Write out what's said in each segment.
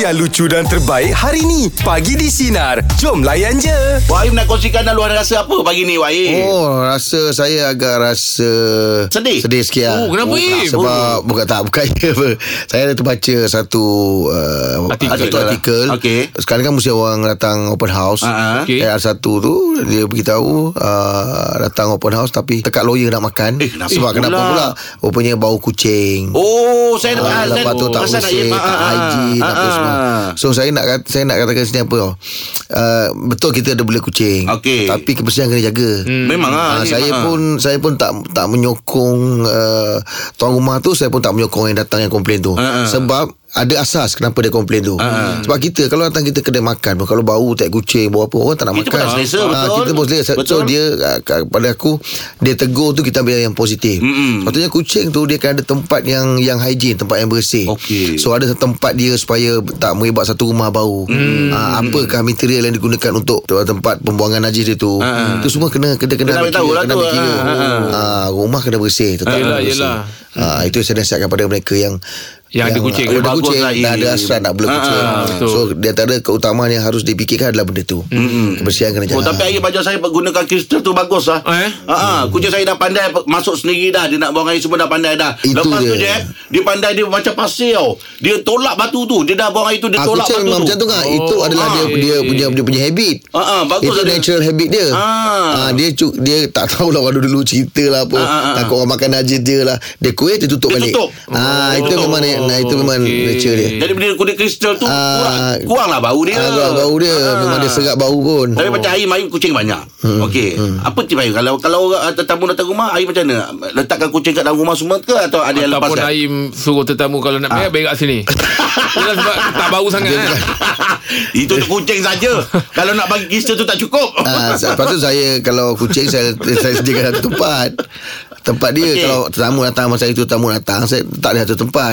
yang lucu dan terbaik hari ni. Pagi di Sinar. Jom layan je. Wahim nak kongsikan laluan rasa apa pagi ni Wahim? Oh, rasa saya agak rasa Eh. Sedih? Sedih sikit lah. Oh, kenapa, Im? Sebab oh. bukan tak bukan ya apa. Saya ada terbaca satu uh, Artikel. satu artikel. Okey. Sekarang kan mesti orang datang open house. Ah, ah. Okey. Saya ada satu tu dia beritahu uh, datang open house tapi tekad lawyer nak makan. Eh, kenapa sebab kenapa pula? pula? Rupanya bau kucing. Oh, saya Ah, ah, saya lepas tu tak perasan nak- bersih, ah, tak ah, hygiene, ah, apa ah. semua. So saya nak kat- saya nak katakan sini apa tau. Uh, betul kita ada bela kucing. Okey. Tapi kebersihan kena jaga. Memang ah. ni, Ha, saya ah. pun saya pun tak tak menyokong uh, tuan rumah tu saya pun tak menyokong yang datang yang komplain tu Ha, ha. sebab ada asas kenapa dia komplain tu Ah, sebab kita kalau datang kita kedai makan pun kalau bau tak kucing bau apa orang tak nak Kita makan pun tak selesa, Ah, betul. kita pun selesa so Betul. dia ah, ka- pada aku dia tegur tu kita ambil yang positif Mm-mm. sepatutnya kucing tu dia akan ada tempat yang yang hygiene tempat yang bersih Okey. so ada tempat dia supaya tak meribat satu rumah bau Mm. ha, apakah material yang digunakan untuk tempat pembuangan najis dia tu Ah. itu semua kena kena kena Kena kena ambil tahu kira, lah kena tu. ambil kira. Ha, ha, Ah, rumah kena bersih tetap kena Yelah, bersih. yelah. Ah, itu saya nasihatkan pada mereka yang Yang ada kucing. Yang ada Bagus kucing lah, Dan ada Im. asrat nak bela Ah, kucing ah, betul. So di antara keutamaan yang harus dipikirkan adalah benda tu Kebersihan kena Oh, jaga tapi air baju saya gunakan kristal tu bagus lah. Eh? Ha ah, kucing saya dah pandai pe- masuk sendiri dah. Dia nak buang air semua dah pandai dah. Itu Lepas tu dia. je, dia pandai dia macam pasir tau. Dia tolak batu tu. Dia dah buang air tu, dia Ah, tolak kucing batu memang tu. macam tu kan. Itu Oh, adalah dia ah, dia eh. punya dia punya habit. Ah, ah, bagus Itu ada. natural habit dia. Ah. Ah, dia cu- dia tak tahu lah waktu dulu cerita lah apa. Ah, ah, ah. Takut orang makan najis dia lah. Dia kuih dia tutup Dia balik. tutup. Oh. Ah, itu tutup. memang nah, itu memang Okey. nature dia. Jadi bila kulit kristal tu Ah, kurang, kurang lah bau dia. Ah, kurang bau dia memang dia serap bau pun. Tapi macam air Ayu kucing banyak hmm. Okey hmm. Apa tip Ayu Kalau kalau orang, ah, tetamu datang rumah Ayu macam mana Letakkan kucing kat dalam rumah semua ke Atau ada yang Ataupun lepas kan? Aim suruh tetamu kalau nak berak, berak sini. Yelah sebab tak bau sangat kan. Itu untuk kucing saja. Kalau nak bagi kisah tu tak cukup Ah, se- lepas tu saya kalau kucing saya saya sediakan satu tempat. Tempat dia Okey. okay. kalau tetamu datang masa itu tetamu datang saya tak ada satu tempat.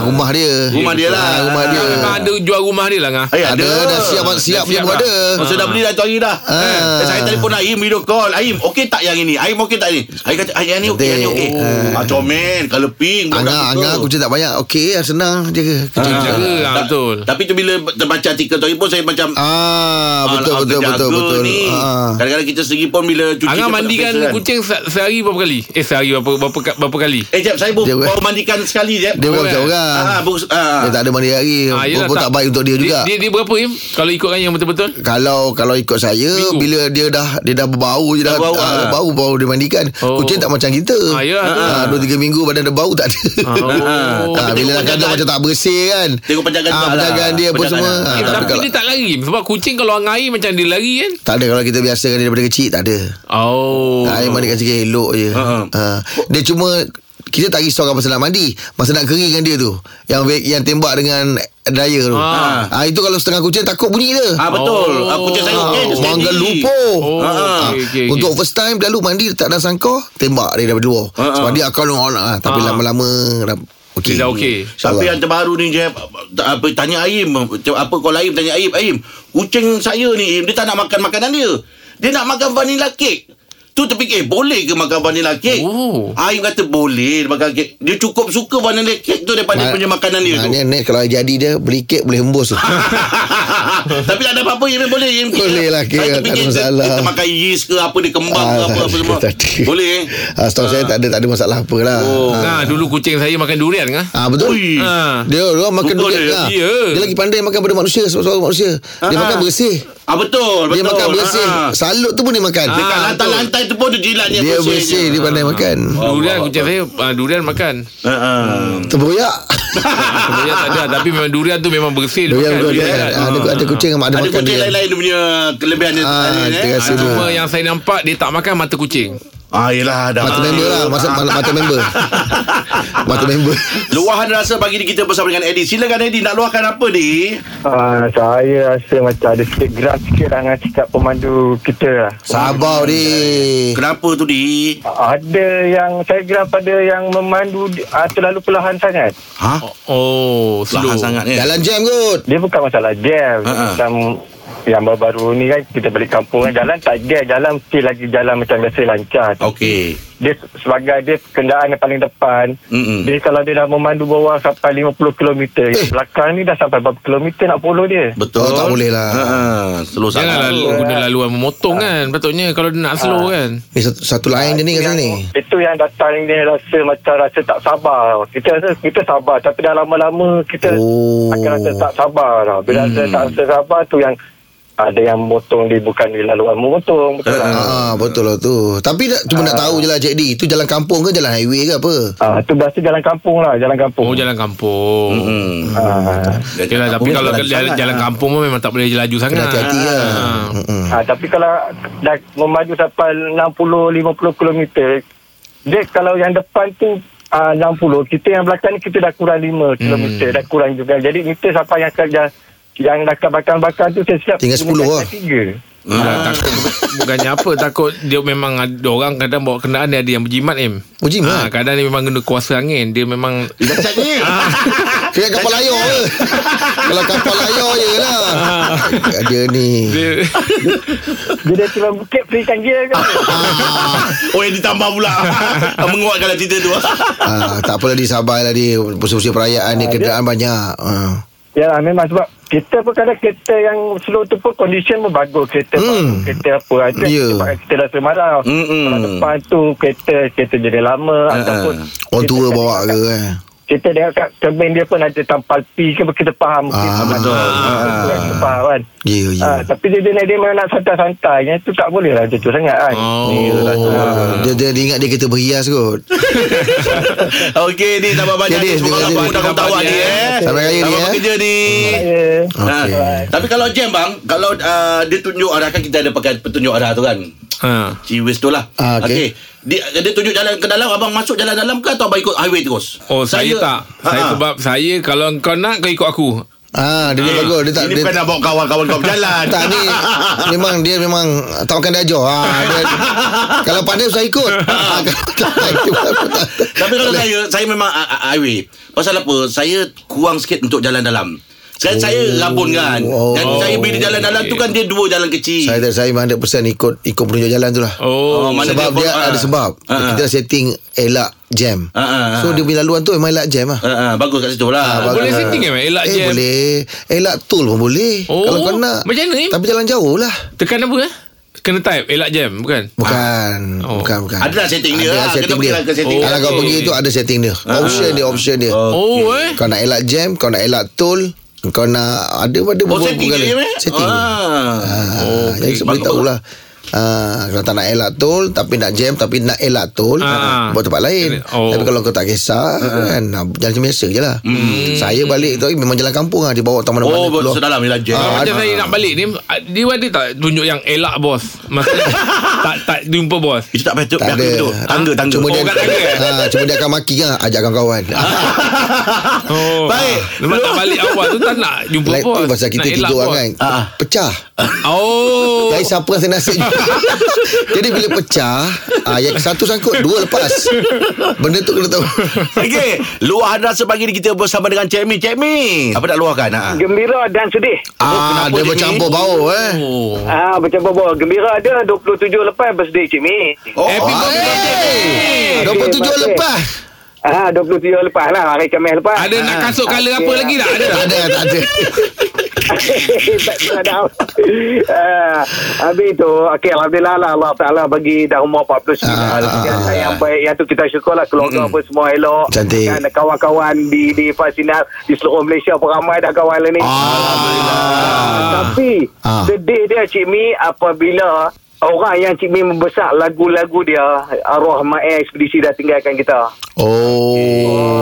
Ah, rumah dia. Rumah dia lah. Ah, rumah dia. Memang ada jual rumah dia lah ngah. Eh, Ada, dah siap siap, siap siap dah. ada. Masa dah beli dah tu hari dah Ah. eh, Saya telefon Aim video call Aim okey tak yang ini Aim okey tak ni Aim kata "Ah, yang ni okey Yang ni okey Ah, Comel Kalau pink bukan Angah, betul. Angah kucing tak banyak. Okey, ah, senang je. Kerja. Jaga lah Tak- betul. Tapi tu bila terbaca artikel tu pun Saya macam Ah, "Alah, betul, aku betul, jaga betul, betul. ni." Ah. Kadang-kadang kita sendiri pun Bila cuci Angah cepat mandikan terpaksa kan. kucing se- sehari berapa kali? Eh sehari berapa berapa, ka- berapa kali? Eh jap saya baru, Dia- baru mandikan sekali jap Dia bukan macam orang. Ah, baru, ah. Dia tak ada mandi hari. Ah, Pun yelah, pun Eh, tak baik untuk dia juga. Dia, dia berapa Im? Kalau ikutkan yang betul-betul? Kalau kalau ikut saya Minggu. bila dia dah dia dah berbau je dah Dah berbau, ah, ah. bau bau dia mandikan. Oh. Kucing tak macam kita. Ah, ya, tu. ah, dua tiga minggu badan dah bau tak ada. Ah, oh. Ah, Tapi tengok bila kadang penjagaan- macam tak bersih kan. Tengok penjagaan ah, juga lah. penjagaan dia apa Penjagaan semua. dia. Ah, Im, Eh, tapi tapi kalau dia tak lari Im. Sebab kucing kalau hang air macam dia lari kan? tak ada kalau kita biasakan dia daripada kecil tak ada. Oh. Oh. Air mandi kat sikit elok je. Ha, Uh-huh. Uh, dia cuma kita tak risaukan pasal nak mandi, masa nak keringkan dia tu. Yang ve- yang tembak dengan dryer tu. Ah. Ah. itu kalau setengah kucing takut bunyi dia. Ah betul. Oh. Oh. Aku cakap saya Ah, okey. Oh, dia Mangga steady. lupa Ha. Oh, Ah. okey, okey, Untuk first time Lalu mandi letak dalam sangkar Tembak dia daripada luar Ah, Sebab ah. dia akan on ah, Tapi Ah. lama-lama dah Okey Dia dah okey. Tapi InsyaAllah yang terbaru ni Jeb apa tanya Aim apa call Aim tanya Aim Aim kucing saya ni Aim dia tak nak makan makanan dia. Dia nak makan vanilla cake. Tu terfikir eh, boleh ke makan vanilla cake? Oh. Aim kata boleh dia makan cake. Dia cukup suka vanilla cake tu daripada Ma- punya makanan dia tu. Maknanya next Ah, kalau jadi dia Beli kek boleh hembus tu Tapi tak ada apa-apa Im boleh Im Boleh lah, kira, Saya tak ada terfikir kita- masalah. Kita makan yeast ke apa Dia kembang Ah, ke apa, tak apa ada, semua tak ada. Boleh eh ah, Setahu saya tak ada Tak ada masalah apa lah Oh. ah. Ngah dulu kucing saya makan durian ngah. Ah betul. Ui. Ah. Dia orang makan Betul durian Ha. dia, lah. ya. Dia lagi pandai makan pada manusia sebab sebab manusia. Dia Ah, makan ah. bersih. Ah betul, betul. Dia makan bersih. Ah, ah. Salut tu pun dia makan. Dekat Ah, betul. lantai-lantai tu pun dia Ha. jilat Dia bersih, dia pandai makan. Durian kucing saya ah, durian makan. Ha Hmm. Terboyak. Sebenarnya tak ada tapi memang durian tu memang bersih Durian bukan Durian. kan? durian. Ah, Ada ada kucing yang ada Ada makan kucing durian. lain-lain dia punya kelebihan dia. Ah, tadi, eh. dia rasa Ah, tu. Cuma yang saya nampak dia tak makan mata kucing. Ah, yelah dah. Mata Ah. member lah. Masa mata member. Mata member. Luahan rasa pagi ni kita bersama dengan Eddie. Silakan Eddie nak luahkan apa ni? Ah, saya rasa macam ada sikit gerak sikit lah dengan sikap pemandu kita lah. Sabar ni. Kenapa tu di? Ada yang saya gerak pada yang memandu ah, terlalu perlahan sangat. Ha? Oh, slow. Lahan sangat ni. Jalan jam kot. Dia bukan masalah jam, Ha, ha. uh-huh. macam yang baru-baru ni kan kita balik kampung kan jalan tak gear jalan mesti lagi jalan macam biasa lancar Okey. dia sebagai dia kenderaan yang paling depan Mm-mm. jadi kalau dia dah memandu bawah sampai 50 km yang belakang ni dah sampai berapa kilometer nak follow dia Betul. Oh, tak boleh lah. Ha, ha, slow sangat. Janganlah lalu, guna laluan memotong kan. Patutnya kalau dia nak slow kan. Ni satu, satu lain je ni kat sana ni. itu yang datang dia rasa macam rasa tak sabar kita rasa kita sabar tapi dah lama-lama kita Oh. akan rasa tak sabar tau. bila rasa tak rasa sabar tu yang ada yang motong dia bukan di laluan motong betul tak? Ah betul lah tu. Tapi nak, cuma nak tahu je lah Cik D. Tu jalan kampung ke jalan highway ke apa? Ah, tu biasa jalan kampung lah, jalan kampung. Oh jalan kampung. Hmm. Ah. lah, Yalah, tapi Kampung kalau jalan jalan, sangat, jalan ah. kampung pun memang tak boleh laju sangat. Kena hati-hati lah. Ah. Mm-mm. Ah, tapi kalau dah memaju sampai 60-50 kilometer, dia kalau yang depan tu ah, 60, kita yang belakang ni kita dah kurang 5 Hmm. kilometer, dah kurang juga. Jadi meter sampai yang kerja yang dah bakar-bakar tu saya siap Tinggal 10 lah. tiga. Ah, takut bukannya apa takut dia memang ada orang kadang bawa kenderaan dia ada yang berjimat im. Berjimat? Ah, kadang dia memang kena kuasa angin, dia memang Dacatnya. Ah. Kira kapal layar ke? Kalau kapal layar je lah. Dia ni. Ah. dia Dia dah tiba bukit berikan dia kan. Oh yang ditambah pula Menguatkan lah cerita tu Ah, tak apalah dia sabarlah dia. Musim-musim perayaan dia kenderaan banyak. Ah. Ya lah, memang sebab kita pun kadang kereta yang slow tu pun condition pun bagus kereta Hmm. hmm. kereta apa itu Ya. Hmm, yeah. sebab kita rasa marah Mm-mm. kalau depan tu kereta kereta jadi lama Ha, ataupun Orang kita tua kadang- bawa ke kan? kita tengok kat cermin dia pun ada tampal P ke kita faham mungkin Ah, Sebab betul. tu, kita rasa faham kan Ya, ya. Ah, tapi dia, dia, dia memang nak santai-santai Yang tu tak boleh lah Macam tu sangat kan Oh. Yalah, tu. Oh, Ah. dia, dia, dia ingat dia kereta berhias kot. Okey ni tambah banyak Ya, ni Din, Semoga terima apa kasih. dah kau tahu ni eh Selamat Selamat raya, Din, eh. bekerja ni Ya. Ah. Ha, Okey. Tapi kalau jam bang Kalau ah, dia tunjuk arah Kan kita ada pakai petunjuk arah tu kan ha. Ciwis tu lah Ah, Okey. okey. dia, dia tunjuk jalan ke dalam Abang masuk jalan dalam ke Atau abang ikut highway terus Oh saya, tak Saya Ha, ha. sebab Saya kalau kau nak Kau ikut aku Ah, dia ni Hmm. bagus. Dia tak Ini dia, bukan nak bawa kawan-kawan kau berjalan tak ni memang dia memang tak makan dia ajar. Ha, dia, kalau pandai saya ikut. Ah, kalau tak, itu baru tak- Tapi kalau saya Saya memang ah, ah, highway Pasal apa Saya kurang sikit Untuk jalan dalam Sekarang saya rabun kan Oh. Dan saya bila jalan dalam tu kan Dia dua jalan kecil saya tak saya 100% ikut ikut penunjuk jalan tu lah. Oh, Oh, mana sebab dia- dia, ah. ada sebab. Ah, ah. Kita dah setting elak jam. Ah, ah, ah. So dia punya laluan tu memang elak jam lah. Ha, ha, bagus kat situ lah. Ah, Boleh bagus. setting kan Elak eh, je boleh. Elak tool pun boleh. Oh, kalau kau nak. macam mana, Im? Tapi jalan jauh lah. Tekan apa eh Kena type Elak jam bukan Bukan, Oh. bukan, bukan. Ah. Ada lah setting dia lah. Ada lah Kena setting pergi dia. lah ke setting. Ah, Kalau kau Oh. pergi tu ada setting dia. Option dia, option dia. Oh eh Kau nak elak jam Kau nak elak tol Kau nak Ada ada Oh, setting dia eh? Setting ah. Oh, Jadi sebab bagus, tahu lah Ah, kalau tak nak elak tol Tapi nak jam Tapi nak elak tol ah. Ah. Buat tempat lain Oh. oh. Tapi kalau kau tak kisah kan, ah, Jalan macam biasa je lah Saya balik tu Memang jalan kampung lah Dia bawa tak Oh, mana-mana keluar. sedalam ni lah Jack. Kalau Ah, macam ada. saya nak balik ni ah, Dia ada tak tunjuk yang elak bos Maksudnya Tak tak jumpa bos Itu tak patut. Tak Tak ada. Ah, betul. Tangga, tangga. Ah, Cuma Oh, dia kat tangga, eh? ha, Cuma dia akan maki kan Ajak kawan-kawan Oh ah, Baik. Lepas tak balik awal tu Tak nak jumpa Like bos tu pasal kita Nak elak tiga orang bos. kan Ah. Pecah Oh Dari siapa yang nasib juga Jadi bila pecah ah, Yang satu sangkut Dua lepas Benda tu kena tahu Okey. Luah anda sebagi ni kita bersama dengan Cik Mi. Cik Mi. Apa nak luahkan? Ha. Gembira dan sedih Ah, kenapa Dia dia bercampur bau eh Oh Ah, macam apa Gembira ada 27 lepas birthday Cik Mi Oh, Happy ah, oh, birthday, eh. Cik Mi. Dua puluh tujuh Okey, lepas Ah, 27 lepas lah Hari Khamis lepas Ah. Ada Ah. nak kasut color apa lagi tak Ada Tak tak ada tak ada tak tak ada apa. Ah, Habis tu okay, Alhamdulillah lah Allah Ta'ala bagi dah umur 49 Ah, ah, yang, ah, yang baik Yang tu kita syukur lah Keluarga apa semua elok Cantik. Dan kawan-kawan di di Fasinar Di seluruh Malaysia pun ramai dah kawan lah ni Alhamdulillah Tapi Ah. Sedih dia Cik Mi Apabila Orang yang Cik Mi membesar lagu-lagu dia Arwah Ma'e Ekspedisi dah tinggalkan kita Oh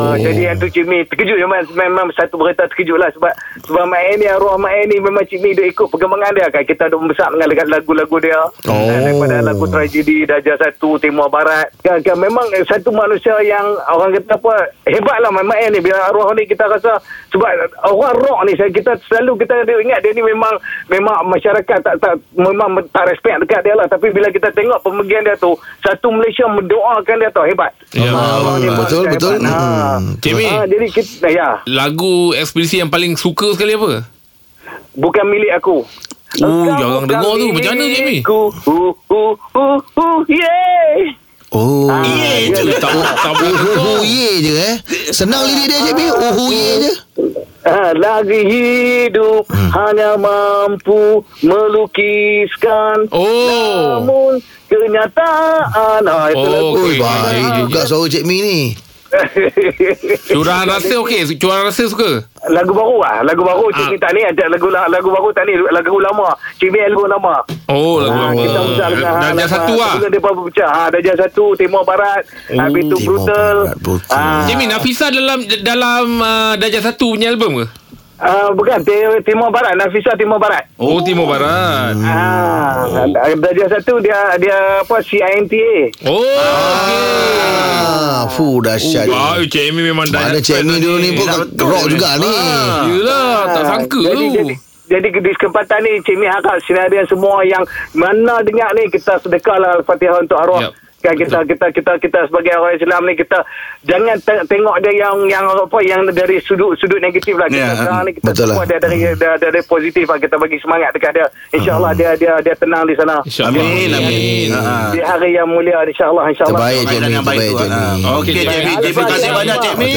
Oh, jadi yang tu Cik Mi terkejut memang, memang satu berita terkejut lah sebab sebab Mak Air ni arwah Mak Air ni memang Cik Mi dia ikut perkembangan dia kan kita ada membesar dengan dekat lagu-lagu dia Oh. Dan daripada lagu tragedi Darjah Satu Timur Barat kan, kan memang eh, satu manusia yang orang kata apa hebat lah Mak Air ni bila arwah ni kita rasa sebab orang rock ni saya- kita selalu kita dia ingat dia ni memang memang masyarakat tak tak memang tak respect dekat dia lah tapi bila kita tengok pemergian dia tu satu Malaysia mendoakan dia tau hebat Ya, Ah, dia Betul buat betul hebat. Ah. Hmm. Cik Mi Ah, jadi kita ya, Lagu ekspedisi yang paling suka sekali apa bukan milik aku. Oh, Engkau jarang bukan dengar tu. Macam mana, Jamie? milikku. Uh, Hu hu hu hu yeay. Oh. Eh, Ya, tu dia- Tak tak boleh. Uhuye je eh. Senang lirik dia JB. Uhuye je. Ah, Lagi hidup Hmm. hanya mampu melukiskan Oh. Namun kenyataan ah, itu Oh, lagu. okey. eh, Baik juga suara Cik Mi ni. Curahan rasa okey. Curahan rasa suka. Lagu baru lah Lagu baru Cik Ah. Mi tak ni ajak lagu, lagu baru tak ni Lagu lama Cik Mi album lama Oh, lagu Ah, lama. kita besar dengan hal Darjah apa. satu lah. Sebelum dia pecah. Ha, darjah satu, Timur Barat. Oh. Habis tu Timur Brutal. Barat, Brutal. Ah, Jamie, Eh, Nafisa dalam dalam uh, darjah satu punya album ke? ah, bukan, Ti- Timur Barat. Nafisa Timur Barat. Oh, Timur Barat. Hmm. Ah, darjah satu dia dia apa CIMTA. Oh, okey. Ah, fu dahsyat. Wah, Jamie eh, memang dah. Mana Cik Mi dulu ni pun kan rock juga ni. Yelah, tak Ah, sangka jadi, tu. jadi, jadi di kesempatan ni Cik Mi harap senaria semua yang mana dengar ni kita sedekah lah Al-Fatihah untuk arwah. Yap. Kan kita, kita kita kita sebagai orang Islam ni kita jangan te- tengok dia yang yang apa yang dari sudut sudut negatif lah kita Ya, sekarang ni kita betul semua lah. dia dari dia- dia dari positif lah kita bagi semangat dekat dia insyaallah dia dia dia tenang di sana InsyaAllah. Amin, amin. Ah. di hari yang mulia insyaallah insyaallah Terbaik Cik Mi. Mainan yang Terbaik baik tu. Cik Mi. Ah. Okey, Okey, Cik Mi. baik. Terima kasih banyak, Cik Mi.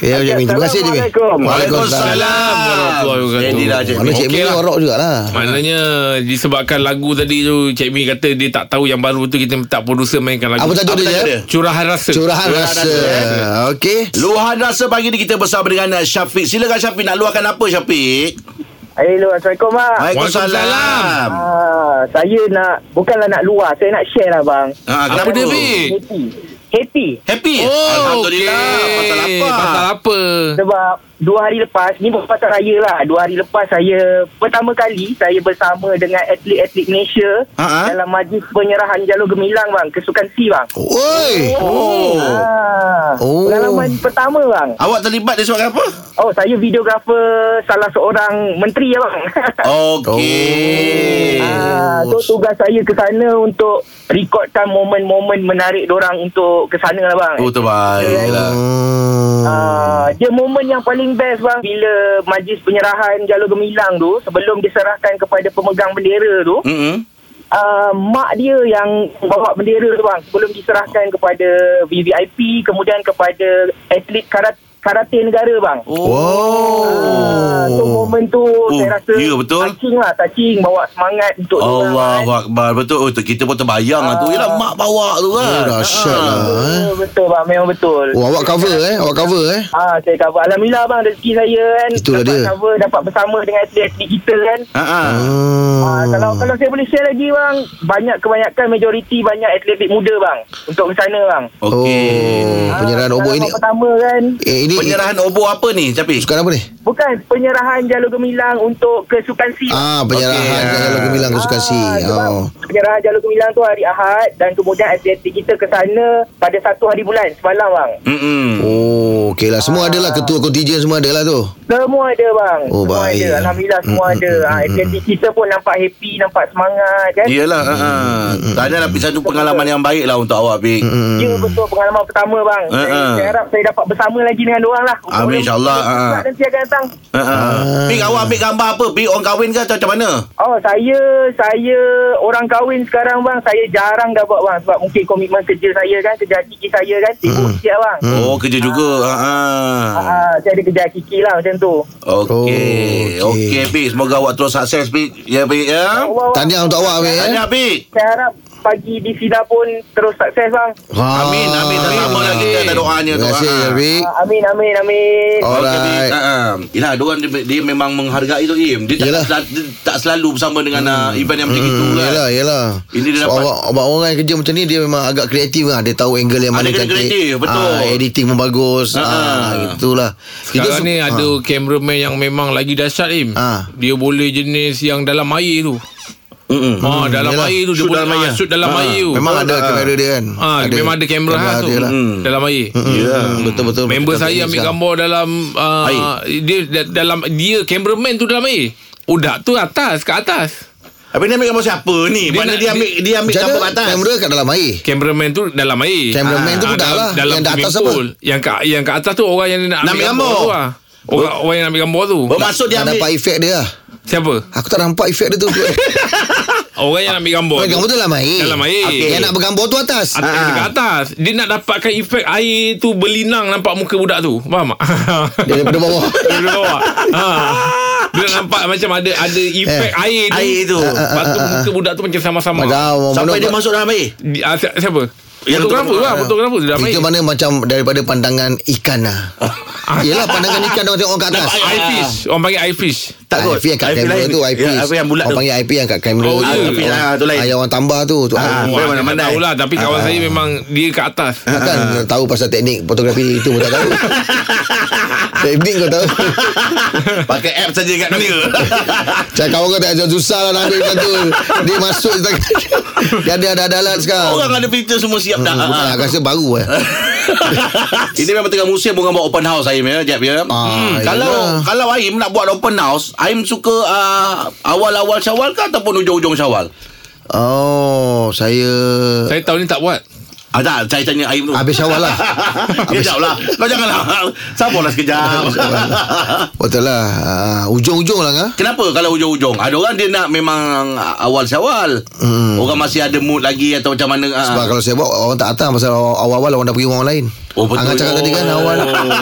Ya Cik Mi. Terima kasih Cik Mi. Assalamualaikum. Waalaikumsalam. Warahmatullahi wabarakatuh. Jadilah, Cik Mi. Mana Cik Mi Okey ni lah. rock jugalah. Maknanya disebabkan lagu tadi tu Cik Mi kata dia tak tahu yang baru tu kita minta producer mainkan lagu. Apa Apa tajuk dia? tajuk je? dia? Curahan rasa. Curahan Curahan rasa. rasa. Okey. Luahan rasa pagi ni kita bersama dengan uh, Syafiq. Silakan Syafiq nak luahkan apa Syafiq? Hello assalamualaikum mak Waalaikumsalam. Ah, saya nak bukanlah nak luar, saya nak share lah bang. Ah, Apa kenapa dia, tu? Fik? Happy. Happy. Happy. Oh, Alhamdulillah. okey. Pasal apa? Pasal apa? Sebab dua hari lepas, ni bukan pasal raya lah. Dua hari lepas saya, pertama kali saya bersama dengan atlet-atlet Malaysia Ha-ha. dalam majlis penyerahan Jalur Gemilang bang, Kesukan C bang. Oi. Oh. Ah, Oh. Pengalaman pertama bang. Awak terlibat disebabkan apa? Oh, saya videografer salah seorang menteri ya bang. Okey. Ah, so Oh. tugas saya ke sana untuk rekodkan momen-momen menarik dorang untuk ke sana lah bang. Oh, terbaiklah. Hmm. Ah, dia momen yang paling best bang bila majlis penyerahan Jalur Gemilang tu sebelum diserahkan kepada pemegang bendera tu Mm-mm. uh, mak dia yang bawa bendera tu bang sebelum diserahkan kepada VVIP kemudian kepada atlet karate, karate negara bang Ah, so Wow. momen tu saya rasa Oh. ya, betul. touching lah touching bawa semangat untuk dorang, Allah kan. Akbar Betul oh, tu, Kita pun terbayang lah tu Yelah mak bawa tu kan Oh, dahsyat Ah. lah eh. Betul, Betul bang Memang betul Oh, awak cover eh. Awak cover eh. Ah, saya cover. Alhamdulillah bang rezeki saya kan Itulah dapat dia. cover dapat bersama dengan atlet-atlet kita kan. Ah, ah. Hmm. Ah, kalau kalau saya boleh share lagi bang, banyak kebanyakan majoriti banyak atlet muda bang untuk ke sana bang. Okey Oh, penyerahan Ah, obor pengalaman ini. pertama kan. Eh, ini Penyerahan obor apa ni Tapi Sukan apa ni? Bukan penyerahan Jalur Gemilang untuk ke Sukan Si. Ah, penyerahan okay. kalau aku bilang ah. aku suka si. sebab Oh. Penyerahan Jalur Gemilang tu hari Ahad dan kemudian atletik kita ke sana pada satu hari bulan semalam bang. Mm-mm. Oh, okey lah. Semua ada lah. Ketua kontijen semua ada lah tu. Semua ada bang. Oh, semua baik. ada. Alhamdulillah semua Mm, ada. mm, Ah, mm, atletik kita pun nampak happy, nampak semangat kan. Yelah ah, ah. Tanya lah Fik, satu pengalaman yang baik lah Untuk awak Fik Ya betul pengalaman pertama bang. Ha, Saya, ha. saya harap saya dapat bersama lagi dengan orang lah. Untuk Amin, orang- insyaAllah, ha, ha. Nanti akan datang. Ah, ah. Fik awak ambil gambar apa Fik orang kahwin ke atau macam mana Oh saya saya orang kahwin sekarang bang saya eh, jarang dah buat bang sebab mungkin komitmen kerja saya kan kerja kiki saya kan sibuk Mm-mm. sikit bang. Mm. Oh kerja juga ah, ah. Ah, saya ada kerja kiki lah macam tu. Okey Oh, okey. Okey Fik Semoga awak terus sukses Fik Ya Fik ya Allah, bang. Tahniah untuk awak Amir. Eh? Tanya Fik Saya harap pagi di Sina pun terus sukses bang. Ah. Amin Amin Sama lah kita Ada doanya tu Terima kasih, ah. Rabi. Ah, amin amin amin. Oh. Alright. Okay, uh, yelah, diorang dia, dia memang menghargai tu Im. Dia tak, Yelah. sel, dia tak selalu bersama dengan hmm. uh, event yang macam hmm, itu Hmm, kan. yelah, yelah. Ini dia So, dapat- awak, awak orang yang kerja macam ni dia memang agak kreatif lah. Dia tahu angle yang Ah, mana dia kena cantik. kreatif, betul. Ah, editing pun bagus. Ah, Ah, ah. itulah. Sekarang se- ni ah. ada cameraman yang memang lagi dahsyat Im. Ah. Dia boleh jenis yang dalam air tu. Mm-mm. Hmm, Ha, dalam Yelah, air tu dia shoot boleh dalam air. ah, shoot dalam Ah, air tu. Memang ada Ah. Hmm. kamera dia kan. Ah, memang ada kamera khas tu. dia lah. Mm. Dalam air. Ya, betul betul. Member betul, saya betul, ambil Islam. gambar dalam uh, Air. dia da- dalam dia cameraman tu dalam air. Udak tu atas kat atas. Habis ni ambil gambar siapa ni? Dia Dia Mana nak- dia ambil dia ambil Macam gambar kat mana atas? kamera kat dalam air? Cameraman tu dalam air. Cameraman tu Ah, budak dalam- lah. Dalam Yang dah atas swimming pool. Yang kat yang kat atas tu orang yang nak Nak ambil ambil gambar gambar. tu lah. Orang, orang yang nak ambil gambar tu. Bermaksud dia Nak ambil dapat efek dia lah. Siapa? Aku tak nampak efek dia tu Orang yang ambil gambar. Orang Gambar tu dalam air Dalam air. Okey. Yang nak bergambar tu atas Atas Ah. dekat atas Dia nak dapatkan efek air tu Berlinang nampak muka budak tu Faham tak? Dia daripada bawah Dia duduk bawah ha. Dia nampak macam ada Ada efek Eh, air tu air tu. Lepas tu muka budak tu macam ah, sama-sama Macam Sampai benda- dia masuk dalam air Di, ah, si- Siapa? Yang Fotografer tu- lah Fotografer tu dalam Itu air mana macam Daripada pandangan ikan lah Yelah pandangan ikan Orang tengok orang kat atas Nampak Eye fish Orang panggil eye fish Tak kot IP yang kat kamera lain. tu IP Ya, IP yang bulat Orang tu panggil IP yang kat kamera Oh, ya. IP, ah, tu lain. Ah, Yang orang tambah tu, tu Ah, ah. memang Wah, nak tak pandai. tahulah Tapi kawan saya memang Dia kat atas Kan Ah, tahu pasal teknik fotografi itu pun tak tahu Teknik kau tahu Pakai app saja kat dunia Cakap kawan kau tak ajar susah lah nak ambil macam tu Dia masuk je tak Dia ada ada ada alat sekarang Orang ada filter semua siap dah Hmm, Bukan, Ah, ah. aku rasa baru lah Ini memang tengah musim Orang buat open house Aim ya Jap ya Ah, hmm, Kalau yalah. Kalau Aim nak buat open house Aim suka ah, Awal-awal syawal ke Ataupun ujung-ujung syawal Oh saya Saya tahun ni tak buat Ah, tak, saya tanya Aim tu Habis syawal lah Habis- Kejap lah Kau janganlah Sabarlah sekejap Betul lah Ah, Ujung-ujung lah kan Kenapa kalau hujung-hujung Ada orang dia nak memang ah, Awal syawal Hmm. Orang masih ada mood lagi Atau macam mana ah. Sebab kalau saya buat Orang tak datang Pasal awal-awal Orang dah pergi orang lain Oh, betul. Angah cakap tadi kan Oh. Awal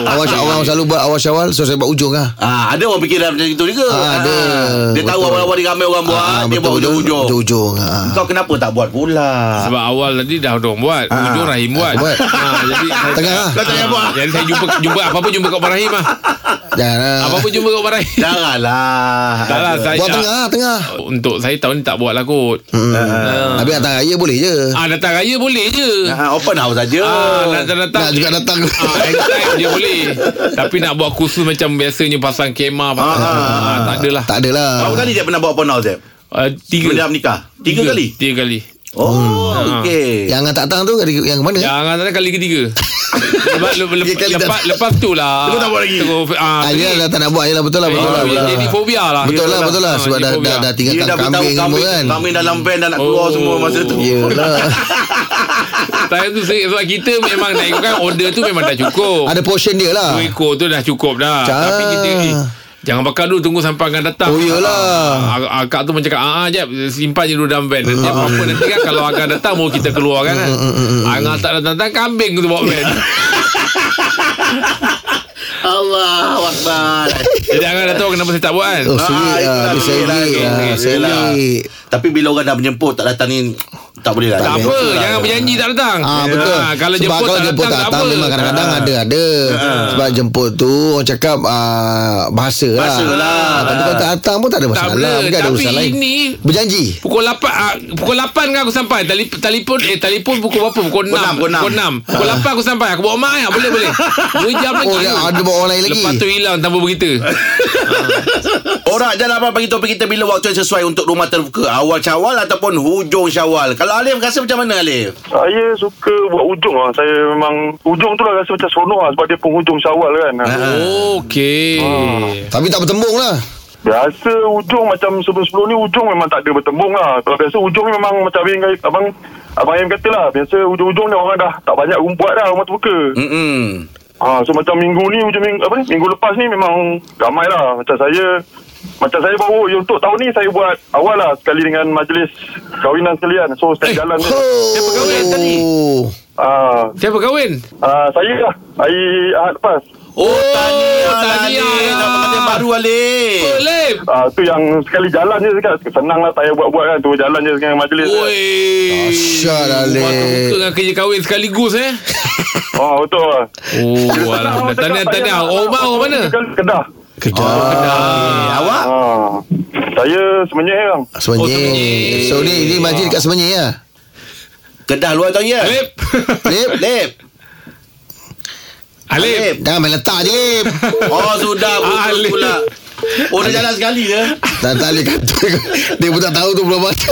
Awal, awal selalu buat awal syawal So saya buat ujung lah Ah, ada orang fikir macam itu juga. Ah, ada. Dia tahu Betul. awal-awal ni ramai orang buat, Ah, dia buat betul-betul hujung-hujung. Hujung-hujung ah. Kau kenapa tak buat pula? Sebab awal tadi dah dorang buat Ujung Rahim buat, Aku Ah. buat. Ha, Jadi saya- Tengah lah. Kau tak payah Ah, buat. Jadi saya jumpa jumpa apa-apa jumpa kat Abang Rahim lah. Jangan lah Apa-apa jumpa kat Abang Rahim. Janganlah. Tak lah saya Buat tengah lah, tengah Untuk saya tahun ni tak buat lah kot. Hmm. Habis datang raya boleh je Ah datang raya boleh je. Ah, open house saja. Ah datang datang. Nak juga datang Ah, anytime dia boleh. Tapi nak buat khusus macam biasanya pasang kemah pasang Ah, ah, ah. tak adalah. Tak adalah Berapa kali dia pernah buat open house, Jeb? Ah, Sebelum dia tiga. menikah. Tiga kali? Tiga Hmm. Ah. kali. Oh, okey. Yang angah tak datang tu kali- Yang mana Yang angkat sana Ah, kali ketiga. lepas, le, le, Eh? Tiga kali lepas, lepas tu lah Terus tak buat lagi? Terus, ah, Ah, dia dah tak nak buat je lah Betul lah Ah, Betul lah jadi- betul Jadi lah. fobia lah Betul lah Betul lah Ah, Sebab jadi dah, fobia. dah, dah Dia tinggalkan dah beritahu kambing semua kambing, kan Ya. kambing dalam van dah nak keluar Oh. semua masa tu. Yelah Saya tu sering Sebab kita memang nak ikutkan Order tu memang dah cukup Ada portion dia lah Dua ekor tu dah cukup dah Cah. Tapi kita eh, Jangan bakar dulu Tunggu sampai akan Ah. datang Oh, yelah. Ah, Akak tu macam Ah ah, jap Simpan je dulu dalam van Nanti Ah. apa-apa nanti kan Kalau akan datang Baru kita keluar kan Angah tak datang-datang Kambing tu bawa van Allah Akbar. Jadi Angah dah tahu Kenapa saya tak buat kan Oh serik itu lah tak Dia boleh lah, serik tu. ah, Yelah. Serik Tapi bila orang dah menjemput tak datang ni tak boleh lah. tak apa Jangan berjanji tak datang Ah betul. Ah, Kalau Sebab jemput kalau tak jemput datang tak datang apa. memang kadang-kadang Ah. ada ada. Sebab jemput tu orang cakap ah, bahasa lah. Bahasa lah. Ah, tapi kalau tak datang pun tak ada masalah. boleh. Bukan ada Tapi urusan lain. ini- berjanji. Pukul 8 ah, Pukul 8 kan aku sampai Telip, Telefon Eh telefon pukul berapa Pukul 6 enam, pukul enam. Pukul 6 Pukul 8 aku sampai Aku bawa mak ayah Boleh boleh 2 jam lagi Oh, dia ada bawa orang lain lagi. Lepas tu hilang tanpa berita Orang jalan apa bagi topik kita bila waktu yang sesuai untuk rumah terbuka awal Syawal ataupun hujung Syawal. Kalau Alif rasa macam mana Alif? Saya suka buat ujung lah. Saya memang... Ujung tu lah rasa macam seronok lah. Sebab dia penghujung syawal kan. ha. Ah. Okey Tapi tak bertembung lah. Biasa ujung macam sebelum-sebelum ni ujung memang tak ada bertembung lah. Kalau biasa ujung ni memang macam abang, abang, abang Aim kata lah. Biasa ujung-ujung ni orang dah tak banyak rumpuat dah rumah terbuka. Hmm. Ha, so macam minggu ni hujung minggu, apa ni? Minggu lepas ni memang ramai lah. Macam saya macam saya baru ya, untuk tahun ni saya buat awal lah sekali dengan majlis kawinan sekalian. So setiap eh, jalan tu. Dia berkahwin tadi? Oh. Ah, Siapa kahwin? ah, saya lah hari Ahad lepas. Oh, tahniah, tahniah. Alif. Dapat kerja baru Alif. Boleh Ah, tu yang sekali jalan je sekarang Senang lah tak payah buat-buat kan Tu jalan je dengan majlis Oi Dahsyat, Alif. Rumah terbuka dengan lah kerja kahwin sekaligus eh Oh betul lah Oh Orang Alhamdulillah cakap Tahniah saya tahniah nak- Oh bang orang mana? Kedah, Kedah Oh, Kedah. Eh, awak? ah, Saya sebenarnya bang Semenye. Oh, Semenyih. So ni ni majlis dekat Semenye ya. Kedah luar tahun ya? Alif Lip. Alif. Alif Jangan main letak je Lip Oh, sudah putus Alif. pula. Oh, dah jalan sekali je. Tak tak Lip kata Dia pun tak tahu tu belum ada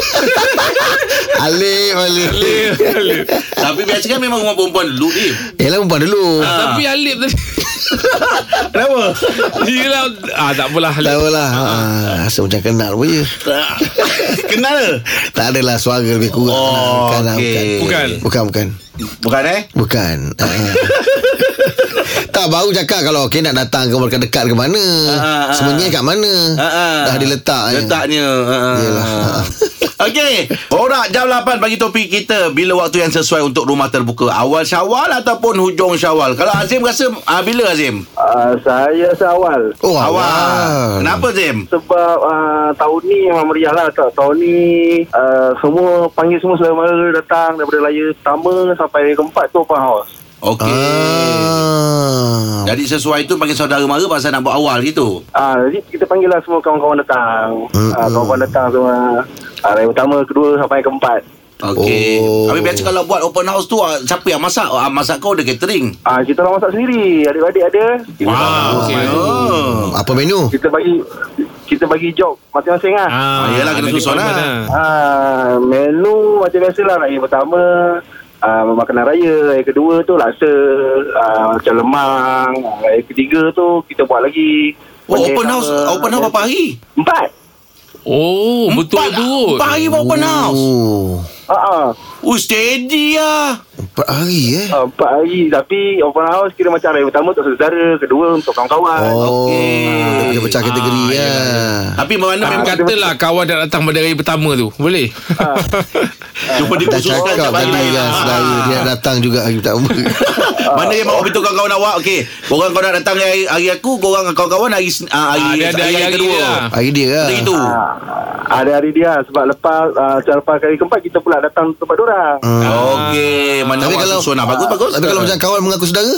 Alip Alip Alif Alif Tapi biasanya memang rumah perempuan dulu, Alif. Yelah Eh, lah, perempuan dulu Ah. Tapi Alif tadi Kenapa? Yelah ah, Tak apalah Alif Tahu lah Ah. ha, Rasa macam kenal pun je Kenal? Tak adalah suara lebih kurang Ah, Oh, bukan, lah, okey. Bukan. bukan Bukan bukan Bukan eh? Bukan Ah. Tak Tak baru cakap Kalau okay nak datang ke Makan dekat ke mana ah, ah. Semuanya kat mana Dah diletak eh. Letaknya ha, ha. Yelah. Okey Borak jam 8 Bagi topik kita Bila waktu yang sesuai Untuk rumah terbuka Awal syawal Ataupun hujung syawal Kalau Azim rasa ah, Bila Azim? Uh, saya seawal. Oh Ah. awal, Kenapa Azim? Sebab uh, tahun ni memang meriah lah. Tak? Tahun ni uh, semua panggil semua saudara datang daripada layer pertama sampai keempat tu open house. Okey ah. Jadi sesuai tu Panggil saudara mara Pasal nak buat awal gitu Ah, jadi kita panggil lah semua kawan-kawan datang. Mm-mm. Ah, kawan-kawan datang semua. Ah, yang pertama, kedua sampai keempat. Okey Oh. Habis biasa kalau buat open house tu ah, Siapa yang masak? Ah, Masak kau ada catering Ah, kita orang masak sendiri. Adik-adik ada. Kita Wow, masak. okey. Oh. Apa menu Kita bagi kita bagi job masing-masing lah. Ah. Ah, yelah, kena ada susun lah. department menu macam biasa lah. Yang pertama, ah, makanan raya. Yang kedua tu laksa. Ah, macam lemang. Ah, Yang ketiga tu kita buat lagi. Oh, Macam open sama- house Open house berapa hari? Empat. Oh, betul Empat- betul. Empat hari buat open house Oh Ah, ah. Oh steady lah Empat hari eh Ah, empat hari. Tapi open house kira macam hari pertama untuk saudara. Kedua untuk kawan-kawan. Ah, Oh Okey. Dia pecah kategori Ah, ya Tapi mana Memang Ah, memang katalah kawan dah datang pada hari pertama tu. Boleh? Cuma dia Dah khususkan kat cakap tadi bandar. kan Saudara Dia Ah. Ah. nak datang juga hari pertama Mana yang mahu beritahu kawan-kawan awak Okey Korang kau nak datang hari, hari aku Korang dengan kawan-kawan hari, sen- ah, hari, Ah, dia ada hari-hari dia lah. Hari dia lah Macam itu Ah, ada hari dia sebab lepas ah, macam lepas kali keempat kita pula datang tempat dorang. Hmm. Okey Mana Tapi awak kalau- susun lah Bagus bagus Tapi kalau macam kawan mengaku saudara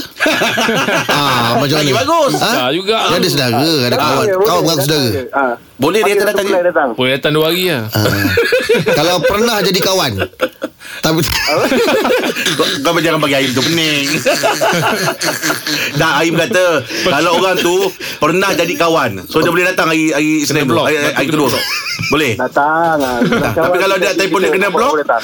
ah, Macam mana Lagi bagus. Susah juga. Dia ada saudara Ada kawan Kawan mengaku saudara Ah. Boleh dia datang datang. tanya je. datang. Boleh datang dua hari lah. Ah. Kalau pernah jadi kawan Tapi lah. Kau, kau jangan bagi Aim tu pening Dah Aim kata Kalau orang tu Pernah jadi kawan So dia boleh datang hari, hari Senin tu, block. Hari, hari, hari kedua tu. Boleh Datang. ah. Tapi kalau dia Kita- telefon dia kita- kena kita block? boleh datang.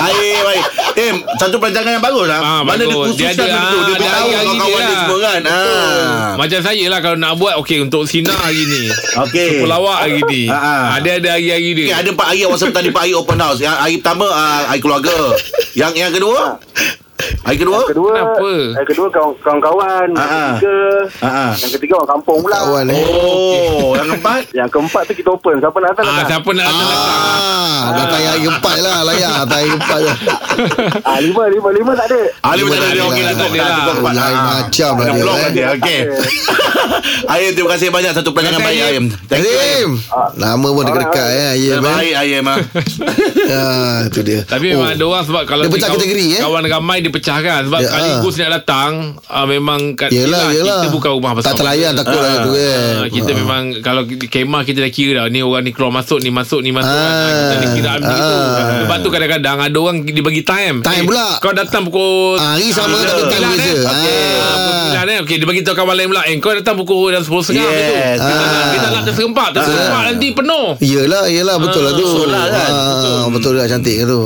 Aim Aim Aim Satu perancangan yang bagus lah Ah, Mana dia bagus. khususkan Dia ada, betul Dia ah, tahu ada hari-hari dia kawan-kawan dia lah. semua kan ah. Macam saya lah kalau nak buat Okey untuk Sina hari ni Okey. Pelawak hari ni Ah, Ha, ha. Ada ada hari-hari dia Okay, ada empat hari awak serta di empat hari open house. Yang hari pertama uh, hari keluarga. Yang yang kedua? Hari kedua? Kedua, Kenapa? yang kedua kawan- kawan-kawan, yang Ah, ah. ketiga, Ah, ah. yang ketiga orang kampung pula. Kawan eh Oh, yang keempat? Yang keempat tu kita open. Siapa nak datang? lah. Ah, datang. siapa nak datang datang Ah, datang hari keempat lah Layak datang hari keempat lah Ah, lima, lima, lima tak ada. Ali Lima macam tak dia ada okey lah. lah. cukup Tak ada dah, lah. cukup empat. Lain Ah. macam lah Dah dia, blok eh. kan dia. Okey. Aim terima kasih banyak satu perancangan Terima baik kasih, Aim. Thank you. Ah. Aim. Azim Nama pun dekat-dekat eh Ayem eh Baik Aim ah. Ah, Itu dia Tapi memang ada orang sebab kalau Dia pecah kawan, kategori, eh? kawan ramai dia pecahkan sebab Ya, yeah, sekaligus nak datang ah, memang kat Yelah, yelah. kita bukan rumah Tak bersama. terlayan takut lah tu kan. Ah, kita memang kalau di kemah kita dah kira dah ni orang ni keluar masuk ni masuk ni masuk Ah. kan. Ah, kita dah kira ambil tu. Ah. Lepas tu kadang-kadang ada orang dia bagi time. Eh, Time pula. Kau datang pukul Ah, hari sama Ah, tapi time sembilan, beza. eh. Okey, Ah. ah, pukul sembilan, eh. Okey, dia bagi tahu kawan lain pula. Eh, kau datang pukul dah 10 setengah Yes. Dia tak nak- dia tak Ah. nak terserempak. Terserempak nanti penuh. Yelah, yelah betul lah tu betul lah kan? Ah, Betul lah cantik kan tu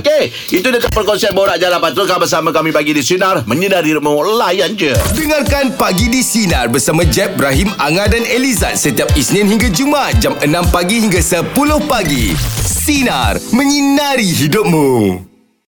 Okey, itu dia perkongsian borak jalan patrol bersama kami bagi di sinar menyinari rumah layan je. Dengarkan Pagi di Sinar bersama Jeb, Ibrahim, Anga dan Elizad setiap Isnin hingga Jumaat jam 6 pagi hingga 10 pagi. Sinar, menyinari hidupmu.